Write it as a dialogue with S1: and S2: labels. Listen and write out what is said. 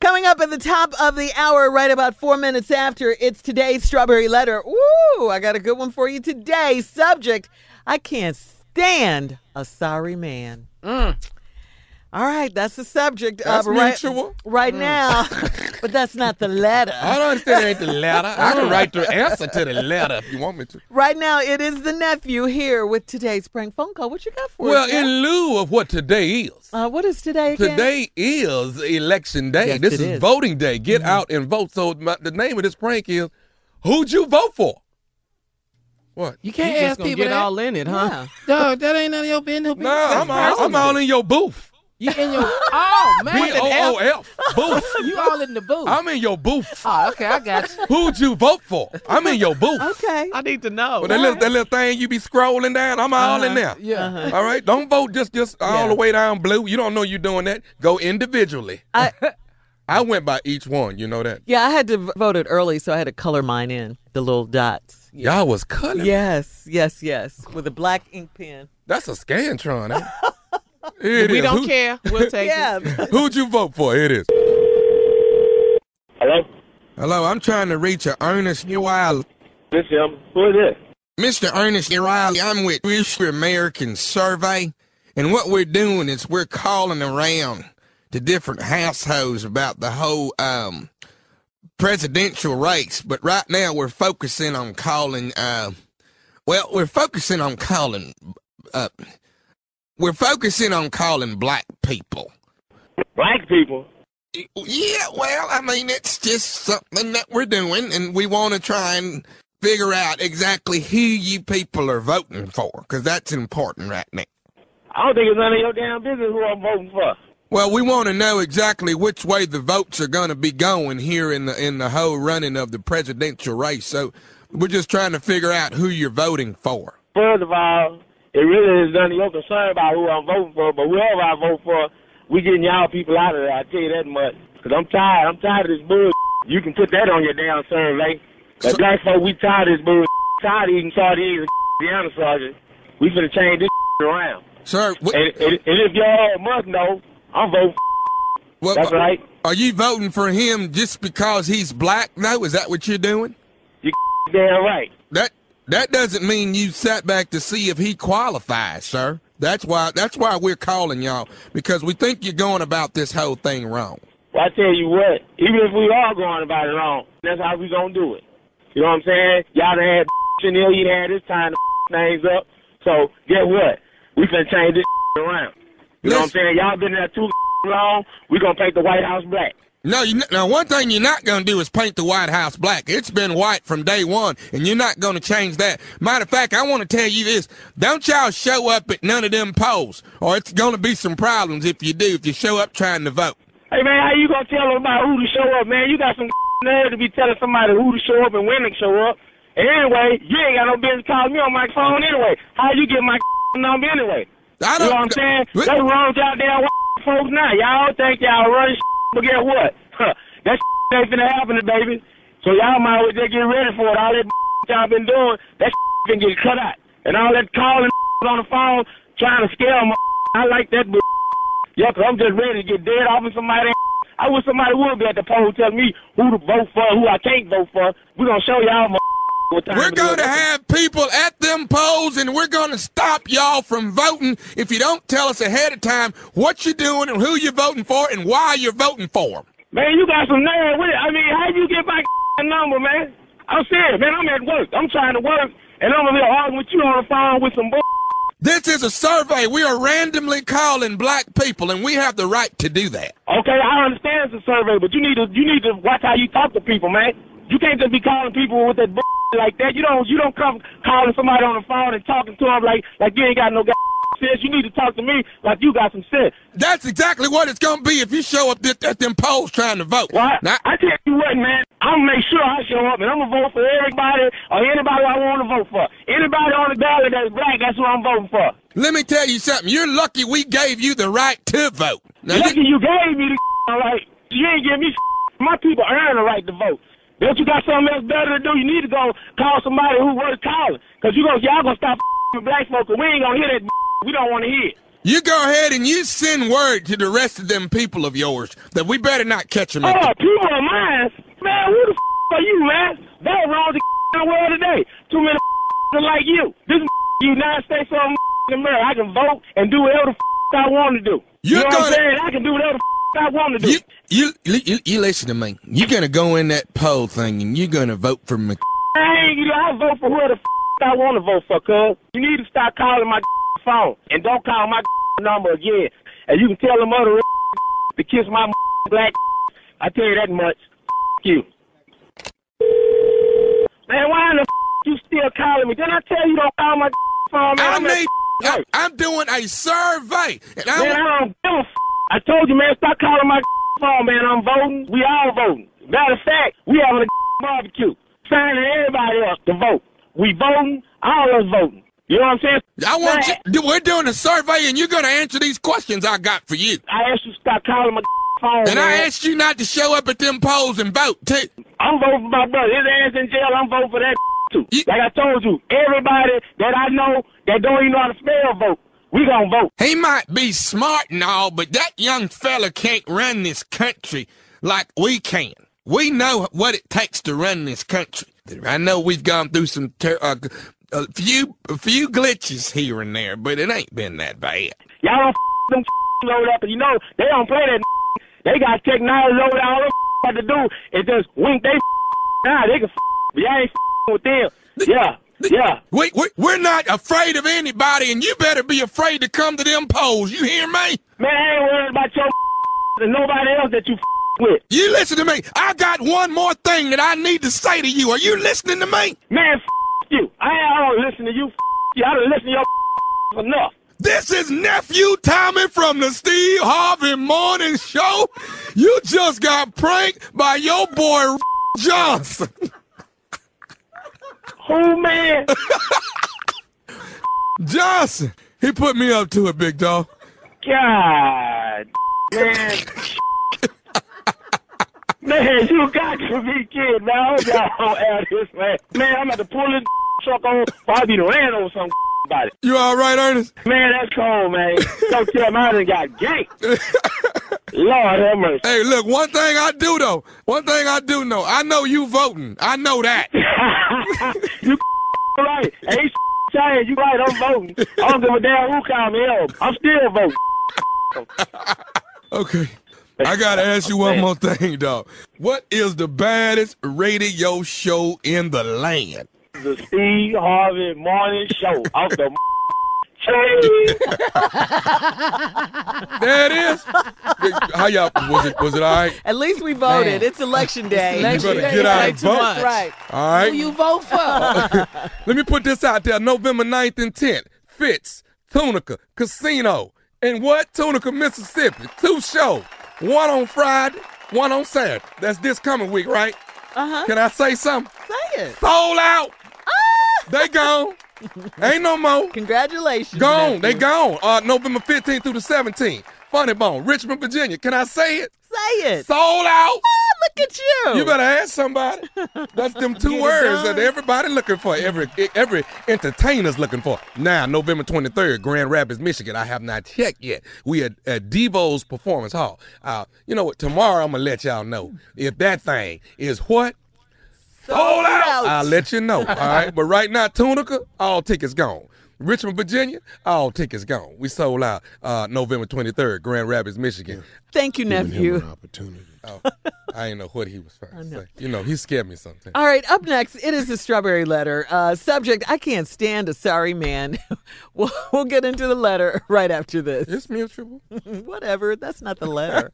S1: Coming up at the top of the hour, right about four minutes after, it's today's strawberry letter. Ooh, I got a good one for you today. Subject I can't stand a sorry man. All right, that's the subject.
S2: Mm. That's
S1: but right,
S2: mutual. Mm.
S1: right now, but that's not the letter.
S2: I don't understand it ain't the letter. I can write the answer to the letter if you want me to.
S1: Right now, it is the nephew here with today's prank phone call. What you got for
S2: Well,
S1: us?
S2: in
S1: Jeff?
S2: lieu of what today is,
S1: uh, what is today again?
S2: Today is election day.
S1: Yes,
S2: this
S1: it
S2: is
S1: is.
S2: voting day. Get out and vote. So my, the name of this prank is "Who'd you vote for?" What?
S3: You can't
S4: just
S3: ask
S4: gonna
S3: people
S4: get
S3: that.
S4: all in it, huh?
S1: Yeah.
S3: Dog, that ain't none of your business.
S2: No, I'm all, I'm all in your booth.
S3: You in your oh
S2: B
S3: man,
S2: O O F booth.
S3: you all in the booth.
S2: I'm in your booth.
S3: oh, okay, I got you.
S2: Who'd you vote for? I'm in your booth.
S1: Okay.
S4: I need to know.
S2: Well, that little that little thing you be scrolling down. I'm all in
S4: Uh-huh.
S2: there.
S3: Uh-huh. Yeah.
S2: All right, don't vote just just all
S3: Yeah.
S2: the way down blue. You don't know you're doing that. Go individually.
S1: I,
S2: I went by each one. You know that.
S1: yeah, I had to v- vote it early, so I had to color mine in the little dots.
S2: Y'all was coloring.
S1: Yes, yes, yes, with a black ink pen.
S2: That's a scantron. Eh? Here it
S4: we
S2: is.
S4: don't
S2: Who-
S4: care. We'll take
S1: Yeah.
S4: it.
S2: Who'd you vote for? Here It is.
S5: Hello?
S2: Hello, I'm trying to reach a Ernest Newell.
S5: This him. Who is this?
S2: Mr. Ernest Newell, I'm with Wish for American Survey, and what we're doing is we're calling around to different households about the whole um presidential race, but right now we're focusing on calling uh well, we're focusing on calling uh we're focusing on calling black people.
S5: Black people.
S2: Yeah, well, I mean, it's just something that we're doing, and we want to try and figure out exactly who you people are voting for, because that's important right now.
S5: I don't think it's none of your damn business who I'm voting for.
S2: Well, we want to know exactly which way the votes are going to be going here in the in the whole running of the presidential race. So, we're just trying to figure out who you're voting for.
S5: First of all, it really is none of your concern about who I'm voting for, but whoever I vote for, we getting y'all people out of there, I tell you that much. Because I'm tired. I'm tired of this bullshit. You can put that on your damn survey. The
S2: So-
S5: black folk, we tired of this bullshit. Tired of eating sardines and Deanna Sergeant. We finna change this around.
S2: Sir, what,
S5: And, and, and if y'all must know, I'm voting.
S2: what-
S5: That's right.
S2: Are you voting for him just because he's black? No, is that what you're doing?
S5: You damn right.
S2: That that doesn't mean you sat back to see if he qualifies, sir. That's why that's why we're calling y'all because we think you're going about this whole thing wrong.
S5: Well, I tell you what, even if we are going about it wrong, that's how we gonna do it. You know what I'm saying? Y'all done had in here, you done had this time to things up. So guess what? We finna change this around. You know what I'm
S2: Listen-
S5: saying? Y'all been there too long. We gonna paint the White House black.
S2: No, you, now one thing you're not going to do is paint the White House black. It's been white from day one, and you're not going to change that. Matter of fact, I want to tell you this: don't y'all show up at none of them polls, or it's going to be some problems if you do. If you show up trying to vote.
S5: Hey man, how you gonna tell them about who to show up, man? You got some nerve to be telling somebody who to show up and when to show up. And anyway, you ain't got no business calling me on my phone anyway. How you get my number anyway?
S2: I
S5: You know what I'm saying? They wrong out there with folks now. Y'all think y'all running but guess what? Huh, that ain't finna happen, baby. So y'all might as well just get ready for it. All that y'all been doing, that been getting cut out. And all that calling on the phone, trying to scare them. I like that bull. Yeah, cause I'm just ready to get dead off of somebody. I wish somebody would be at the poll telling me who to vote for, who I can't vote for. We're gonna show y'all mother- what time
S2: We're
S5: it is.
S2: going to have people at them polls, and we're going to stop y'all from voting if you don't tell us ahead of time what you're doing and who you're voting for and why you're voting for 'em.
S5: Man, you got some nerve with it. I mean, how you get my number, man? I'm serious, man. I'm at work. I'm trying to work, and I'm over here arguing with you on the phone with some bull.
S2: This is a survey. We are randomly calling black people, and we have the right to do that.
S5: Okay, I understand it's a survey, but you need to you need to watch how you talk to people, man. You can't just be calling people with that bull like that. You don't you don't come calling somebody on the phone and talking to them like like you ain't got no goddamn sense. You need to talk to me like you got some sense.
S2: That's exactly what it's going to be if you show up at, at them polls trying to vote.
S5: Well,
S2: Now,
S5: I, I tell you what, man. I'm gonna make sure I show up, and I'm gonna vote for everybody or anybody I want to vote for. Anybody on the ballot that's black, that's who I'm voting for.
S2: let me tell you something. You're lucky we gave you the right to vote. Now, you-
S5: Lucky you gave me the all right. You ain't give me my people earn the right to vote. Don't you got something else better to do? You need to go call somebody who worth calling. Cause you gonna y'all gonna stop with black folk and we ain't gonna hear that we don't wanna hear it.
S2: You go ahead and you send word to the rest of them people of yours that we better not catch them.
S5: Oh, people of mine, man, who the f- are you, man? That wrong the in the world today. Too many are like you. This United States of America, I can vote and do whatever the f- I want to do.
S2: You're
S5: know what
S2: gonna-
S5: I'm saying? I can do whatever the f- I want to do.
S2: You, you, you, you listen to me. You're gonna go in that poll thing and you're gonna vote for Mc.
S5: I ain't, you know, I vote for who the f- I want to vote for, cuz. You need to stop calling my phone and don't call my number again. And you can tell them other to kiss my black. I tell you that much. F- you. Man, why in the f- you still calling me? Didn't I tell you don't call my phone, man?
S2: I
S5: I'm at
S2: need. I,
S5: work.
S2: I'm doing a survey, and I,
S5: Man, I don't give a f- I told you, man, stop calling my phone, man. I'm voting. We all voting. Matter of fact, we having a barbecue. Signing everybody else to vote. We voting. All of us voting. You know what I'm saying?
S2: I want
S5: Man,
S2: you. We're doing a survey, and you're gonna answer these questions I got for you.
S5: I asked you to stop calling my phone,
S2: And I
S5: man.
S2: asked you not to show up at them polls and vote too.
S5: I'm voting for my brother. His ass in jail. I'm voting for that too.
S2: You-
S5: Like I told you, everybody that I know that don't even know how to spell vote, we gonna vote.
S2: He might be smart and all, but that young fella can't run this country like we can. We know what it takes to run this country. I know we've gone through some ter- uh, a few a few glitches here and there, but it ain't been that bad.
S5: Y'all don't f- them load up, and you know they don't play that. They got technology loaded. All they have to do is just wink they now. They can. F- y'all ain't f- with them. Yeah, yeah.
S2: We, we we're not afraid of anybody, and you better be afraid to come to them polls. You hear me?
S5: Man, I ain't worried about your and nobody else that you f- with.
S2: You listen to me. I got one more thing that I need to say to you. Are you listening to me?
S5: Man, f- you. I ain't I don't listen to you. F- you. I don't listen to your f- enough.
S2: This is nephew Tommy from the Steve Harvey Morning Show. You just got pranked by your boy Johnson.
S5: Who man?
S2: Johnson, he put me up to it, big dog.
S5: God, man. Man, you got to be kidding, man. I hope y'all don't add this, man. Man, I'm about to pull this truck on. I'll be ran over some about it.
S2: You all right, Ernest?
S5: Man, that's cold, man. Don't tell me I done got gay. Lord have mercy.
S2: Hey, look, one thing I do though, one thing I do know, I know you voting. I know that.
S5: you right. Hey, saying you right. I'm voting. I don't give a damn who call me up. I'm still voting.
S2: Okay. I gotta ask you one more thing, dog. What is the baddest radio show in the land?
S5: The Steve Harvey Morning Show off the chain.
S2: There it is. How y'all was it was it all right?
S1: At least we voted.
S3: Man.
S1: It's election day.
S3: election
S2: You better
S3: day.
S2: get out
S3: Play
S2: and
S3: too
S2: vote.
S3: much.
S1: Right.
S2: All right.
S3: Who you vote for?
S2: Let me put this out there. November 9th and 10th. Fitz, Tunica, Casino. And what? Tunica, Mississippi. Two show. One on Friday, one on Saturday. That's this coming week, right?
S1: Uh huh.
S2: Can I say something?
S1: Say it.
S2: Sold out. They gone. Ain't no more.
S1: Congratulations.
S2: Gone. They
S1: nephew.
S2: gone. Uh, November 15th through the 17th. Funny Bone, Richmond, Virginia. Can I say it?
S1: Say it.
S2: Sold
S1: Ah,
S2: out.
S1: look at you.
S2: You better ask somebody. That's them
S1: Get
S2: two
S1: it
S2: words
S1: done.
S2: that everybody looking for. Every e, every entertainer's looking for. Now, November 23rd, Grand Rapids, Michigan. I have not checked yet. We at, at Devo's Performance Hall. Uh, you know what? Tomorrow I'm gonna let y'all know if that thing is what. Sold out.
S1: out.
S2: I'll let you know. All right. But right now, Tunica, all tickets gone. Richmond, Virginia, all tickets gone. We sold out uh, November 23rd, Grand Rapids, Michigan. Uh,
S1: Thank you, nephew.
S2: I didn't know what he was trying to say. You know, he scared me sometimes.
S1: All right, up next, it is the strawberry letter. Uh, subject I can't stand a sorry man. we'll, we'll get into the letter right after this.
S2: It's mutual.
S1: Whatever, that's not the letter.